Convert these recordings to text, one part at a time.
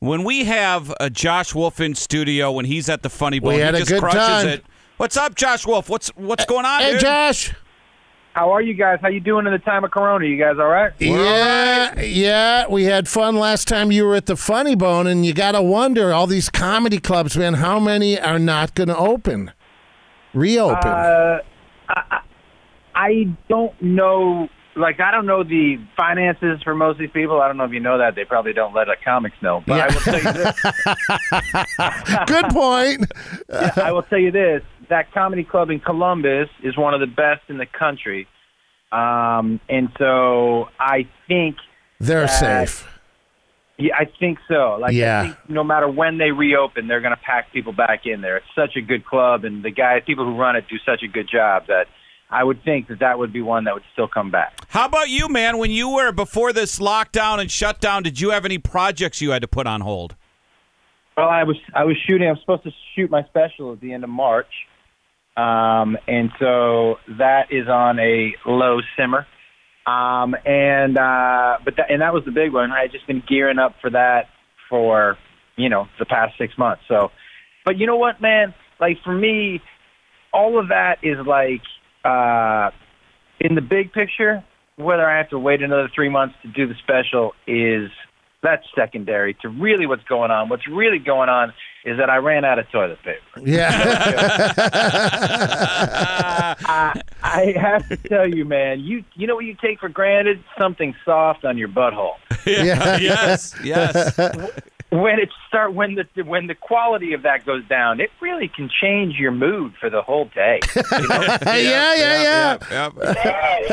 When we have a Josh Wolf in studio, when he's at the funny bone, We had he a just good crushes time. it. What's up, Josh Wolf? What's what's going on? Hey, dude? Josh. How are you guys? How you doing in the time of Corona? You guys all right? yeah, yeah. We had fun last time you were at the Funny Bone, and you got to wonder all these comedy clubs, man, how many are not going to open? Reopen. Uh, I, I don't know. Like, I don't know the finances for most of these people. I don't know if you know that. They probably don't let the comics know. But Yeah. I will tell you this. good point. I will tell you this: that comedy club in Columbus is one of the best in the country. Um, and so I think, They're safe. yeah, I think so. Like, Yeah. I think no matter when they reopen, they're going to pack people back in there. It's such a good club, and the guys, people who run it, do such a good job that I would think that that would be one that would still come back. How about you, man? When you were before this lockdown and shutdown, did you have any projects you had to put on hold? Well, I was I was shooting. I'm supposed to shoot my special at the end of March, um, and so that is on a low simmer. Um, and uh, but that, and that was the big one. I had just been gearing up for that for you know the past six months. So, but you know what, man? Like for me, all of that is like uh, in the big picture. Whether I have to wait another three months to do the special is that's secondary to really what's going on. What's really going on is that I ran out of toilet paper. Yeah. I, I have to tell you, man, you you know what you take for granted? Something soft on your butthole. Yeah. yes, yes. When it start when the when the quality of that goes down, it really can change your mood for the whole day. yeah, yeah, yeah. yeah, yeah.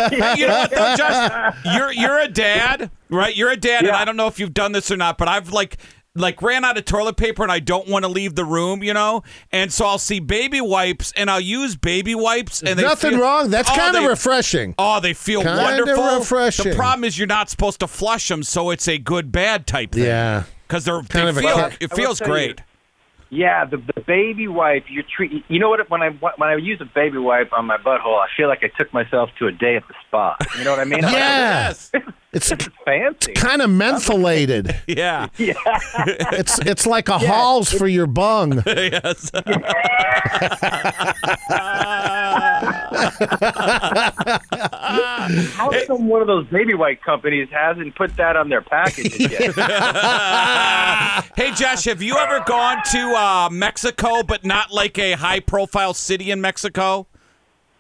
Hey, you know what, though, Josh? You're you're a dad, right? You're a dad, and Yeah. I don't know if you've done this or not, but I've like like ran out of toilet paper and I don't want to leave the room, you know? And so I'll see baby wipes and I'll use baby wipes and they Nothing feel- wrong. That's Oh, kind of they- refreshing. Oh, they feel Kinda wonderful. refreshing. The problem is you're not supposed to flush them, so it's a good bad type thing. Yeah. because they're Kind they of a feel, cut. it I will feels tell you- great. Yeah, the, the baby wipe. You're treat. You know what? When I when I use a baby wipe on my butthole, I feel like I took myself to a day at the spa. You know what I mean? I'm like, Yeah. It's this is fancy. kind of mentholated. Yeah. It's it's like a halls for your bung. yes. How come one of those baby wipe companies hasn't put that on their packages yet? hey, Josh, have you ever gone to uh, Mexico, but not like a high profile city in Mexico?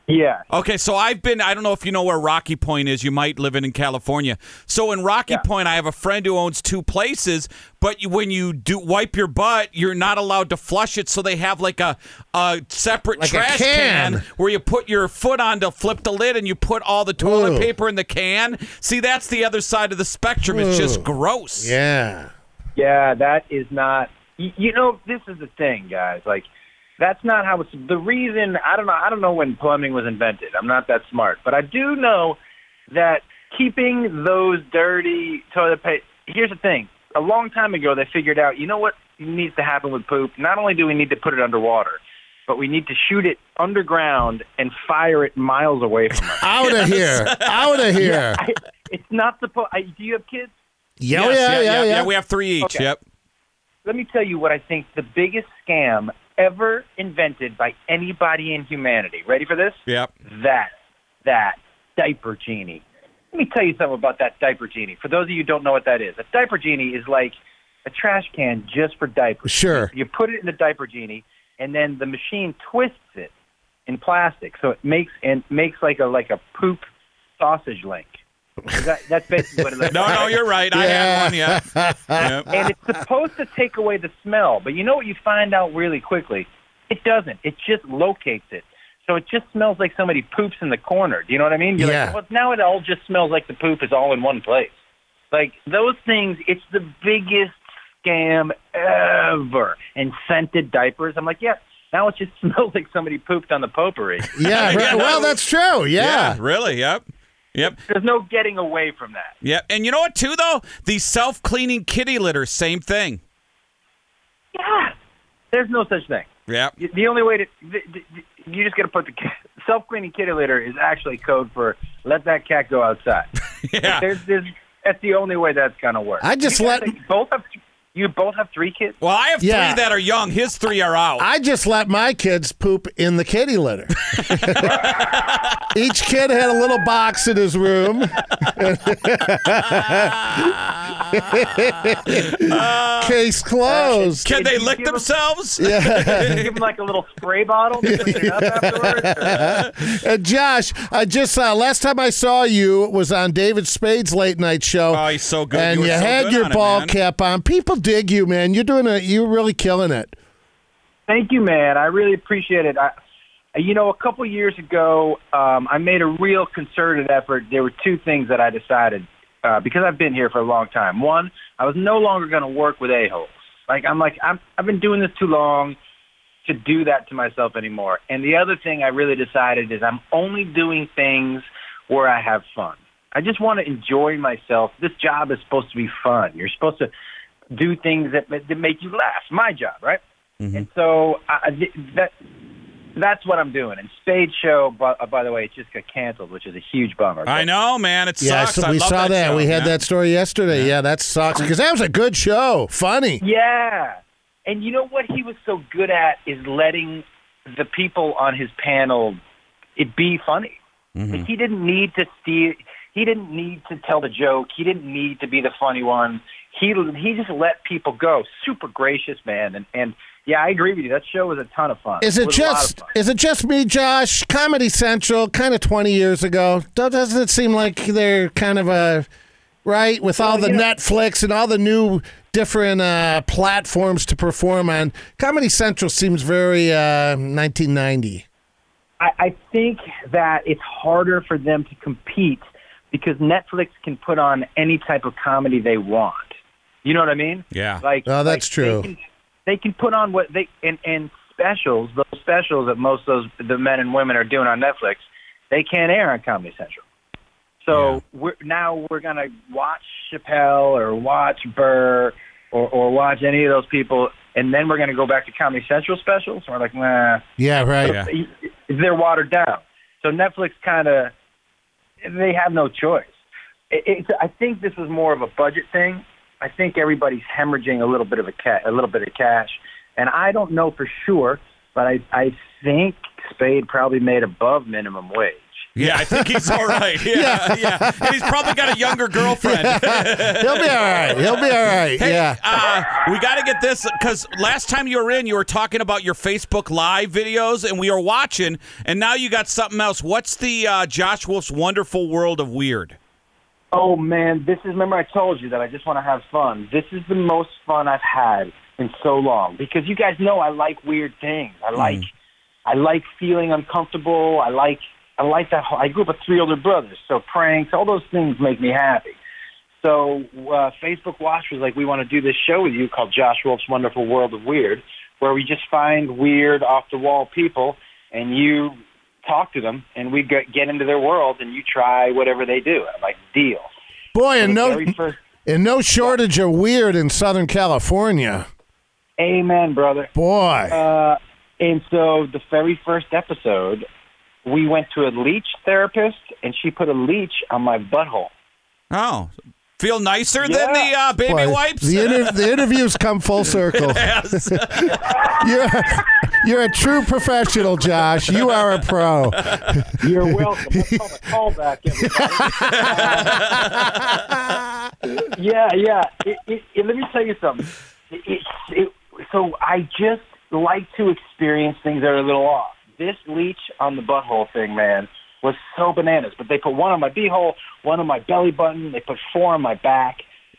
yeah. Okay, so I've been, I don't know if you know where Rocky Point is. You might live in, in California. So in Rocky Yeah. Point, I have a friend who owns two places, but you, when you do wipe your butt, you're not allowed to flush it. So they have like a, a separate Like a trash can. where you put your foot on to flip the lid and you put all the toilet Ooh. paper in the can. See, that's the other side of the spectrum. It's Ooh. just gross. Yeah. Yeah, that is not. You, you know, this is the thing, guys. Like, that's not how it's. The reason I don't know. I don't know when plumbing was invented. I'm not that smart, but I do know that keeping those dirty toilet paper. Here's the thing. A long time ago, they figured out. You know what needs to happen with poop? Not only do we need to put it underwater, but we need to shoot it underground and fire it miles away from us. Out of here. Out of here. I, it's not supposed. I, do you have kids? Yeah, Yes, yeah, yeah, yeah, We have three each. Okay. Yep. let me tell you what I think the biggest scam ever invented by anybody in humanity. Ready for this? Yep. That, that diaper genie. Let me tell you something about that diaper genie. For those of you who don't know what that is, a diaper genie is like a trash can just for diapers. Sure. You put it in the diaper genie, and then the machine twists it in plastic, so it makes and makes like a like a poop sausage link. Is That, that's basically what it looks No, like no, you're right. I Yeah. had one. Yeah. Yep. and it's supposed to take away the smell, but you know what you find out really quickly? It doesn't. It just locates it. So it just smells like somebody poops in the corner. Do you know what I mean? You're Yeah. like, well, now it all just smells like the poop is all in one place. Like those things, it's the biggest scam ever. And scented diapers. I'm like, yeah, now it just smells like somebody pooped on the potpourri. Yeah, right. Yeah, Well, no. that's true. Yeah. Really? Yep. Yep. There's no getting away from that. Yep. And you know what, too, though? These self cleaning kitty litter, same thing. Yeah. There's no such thing. Yep. Y- the only way to th- th- th- you just got to put the self cleaning kitty litter is actually code for let that cat go outside. Yeah. There's, there's that's the only way that's gonna work. I just You let- guys, like, both have You both have three kids. Well, I have Yeah. three that are young. His three are out. I just let my kids poop in the kitty litter. Each kid had a little box in his room. Case closed. Can they Did you lick give 'em- themselves? Did you give them like a little spray bottle to clean it up afterwards? or- Uh, Josh, I just saw last time I saw you was on David Spade's late night show. Oh, he's so good. And You you, were so had good your on it, ball man. cap on. People dig you, man. You're doing it. You're really killing it. Thank you, man. I really appreciate it. I, you know, a couple years ago, um, I made a real concerted effort. There were two things that I decided uh, because I've been here for a long time. One, I was no longer going to work with a holes. Like I'm like I'm, I've been doing this too long to do that to myself anymore. And the other thing I really decided is I'm only doing things where I have fun. I just want to enjoy myself. This job is supposed to be fun. You're supposed to do things that that make you laugh. My job, right? And so I, I- th- that that's what I'm doing. And Spade Show, by, uh, by the way, it just got canceled, which is a huge bummer. I know, man. It Yeah, sucks. so I we love saw that. show, we had man. that story yesterday. Yeah, that sucks because that was a good show. Funny. Yeah. And you know what he was so good at is letting the people on his panel it be funny. Mm-hmm. Like he didn't need to steal. He didn't need to tell the joke. He didn't need to be the funny one. He he just let people go. Super gracious man. And and yeah, I agree with you. That show was a ton of fun. Is it was a lot of just fun. is it just me, Josh? Comedy Central, kind of twenty years ago. Do- Doesn't it seem like they're kind of a right with all the Netflix and all the new different uh, platforms to perform on? Comedy Central seems very uh, nineteen ninety. I, I think that it's harder for them to compete because Netflix can put on any type of comedy they want. You know what I mean? Yeah. Like, Oh, that's like true. They can, they can put on what they and and specials. Those specials that most of those the men and women are doing on Netflix, they can't air on Comedy Central. So we're now we're gonna watch Chappelle or watch Burr or or watch any of those people, and then we're gonna go back to Comedy Central specials. And we're like, nah Yeah, right. Yeah. they're watered down. So Netflix kind of they have no choice. It, it's I think this was more of a budget thing. I think everybody's hemorrhaging a little bit of a ca- a little bit of cash, and I don't know for sure, but I I think Spade probably made above minimum wage. Yeah, I think he's all right. Yeah, yeah. And he's probably got a younger girlfriend. He'll be all right. He'll be all right. yeah. Uh, we got to get this because last time you were in, you were talking about your Facebook Live videos, and we were watching, and now you got something else. What's the uh, Josh Wolf's Wonderful World of Weird? Oh man, this is remember I told you that I just want to have fun. This is the most fun I've had in so long because you guys know I like weird things. I like I like feeling uncomfortable. I like I like that whole, I grew up with three older brothers, so pranks, all those things make me happy. So uh, Facebook Watch was like, we want to do this show with you called Josh Wolf's Wonderful World of Weird, where we just find weird, off the wall people, and you talk to them, and we get, get into their world, and you try whatever they do. I'm like, deal. Boy, So and the no very first, and no shortage of weird in Southern California. amen, brother. Boy. Uh, and so the very first episode, we went to a leech therapist, and she put a leech on my butthole. Oh, feel nicer than Yeah. the uh, baby Boy, wipes? The, inter- the interviews come full circle. Yes. You're, you're a true professional, Josh. You are a pro. You're welcome. Let's call the call back, everybody. Uh, yeah, yeah. It, it, it, let me tell you something. It, it, it, so I just like to experience things that are a little off. This leech on the butthole thing, man, was so bananas. But they put one on my beehole, one on my belly button. They put four on my back.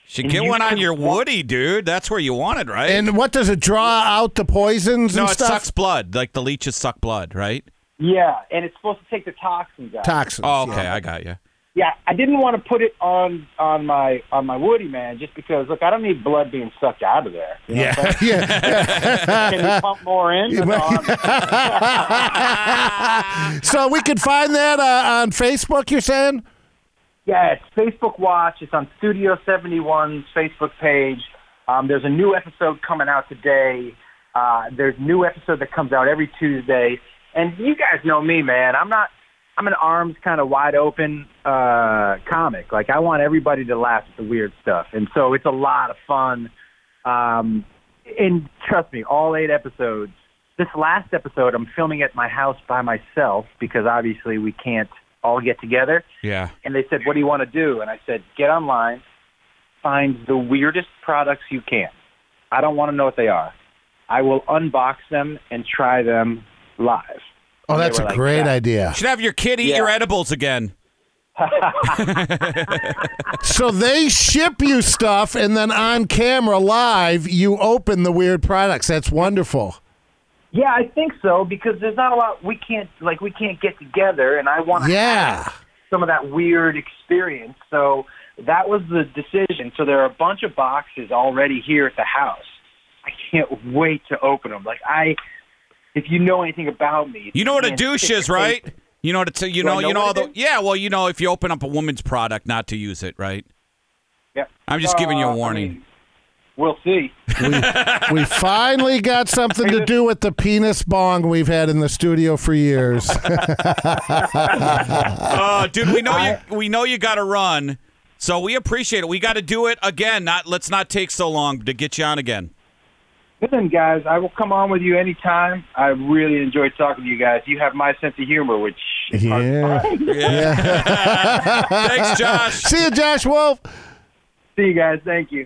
Should And get you one on can your walk- Woody, dude. That's where you want it, right? And what does it draw out the poisons no, and it stuff? sucks blood. Like the leeches suck blood, right? Yeah, and it's supposed to take the toxins out. Toxins. Oh, okay, yeah. I got you. yeah, I didn't want to put it on on my on my Woody man just because look, I don't need blood being sucked out of there. You know what I'm saying? Yeah. yeah. Can we pump more in? That's all I'm- So we can find that uh, on Facebook. You're saying? yeah, it's Facebook Watch. It's on Studio 71's Facebook page. Um, there's a new episode coming out today. Uh, there's new episode that comes out every Tuesday. And you guys know me, man. I'm not. I'm an arms kind of wide open uh, comic. Like I want everybody to laugh at the weird stuff, and so it's a lot of fun. Um, and trust me, all eight episodes. This last episode, I'm filming at my house by myself because obviously we can't all get together. Yeah. And they said, "What do you want to do?" And I said, "Get online, find the weirdest products you can. I don't want to know what they are. I will unbox them and try them live." Oh, And they that's a were like, great "Yeah." idea. Should have your kid eat Yeah. your edibles again. so they ship you stuff, and then on camera live, you open the weird products. That's wonderful. Yeah, I think so because there's not a lot we can't like we can't get together, and I want to Yeah. some of that weird experience. So that was the decision. So there are a bunch of boxes already here at the house. I can't wait to open them. Like I, if you know anything about me, You know what a man, douche stick is, your right? face- You know what it's you Do I know, know you know all what it the Yeah, well, you know if you open up a woman's product not to use it, right? Yep. I'm just giving you Uh, a I warning. mean, we'll see. We finally got something to do with the penis bong we've had in the studio for years. Uh, dude, we know you we know you got to run. So we appreciate it. We got to do it again. Not let's not take so long to get you on again. Listen, guys, I will come on with you anytime. I really enjoyed talking to you guys. You have my sense of humor, which Yeah. Yeah. Thanks, Josh. See you, Josh Wolf. see you guys. Thank you.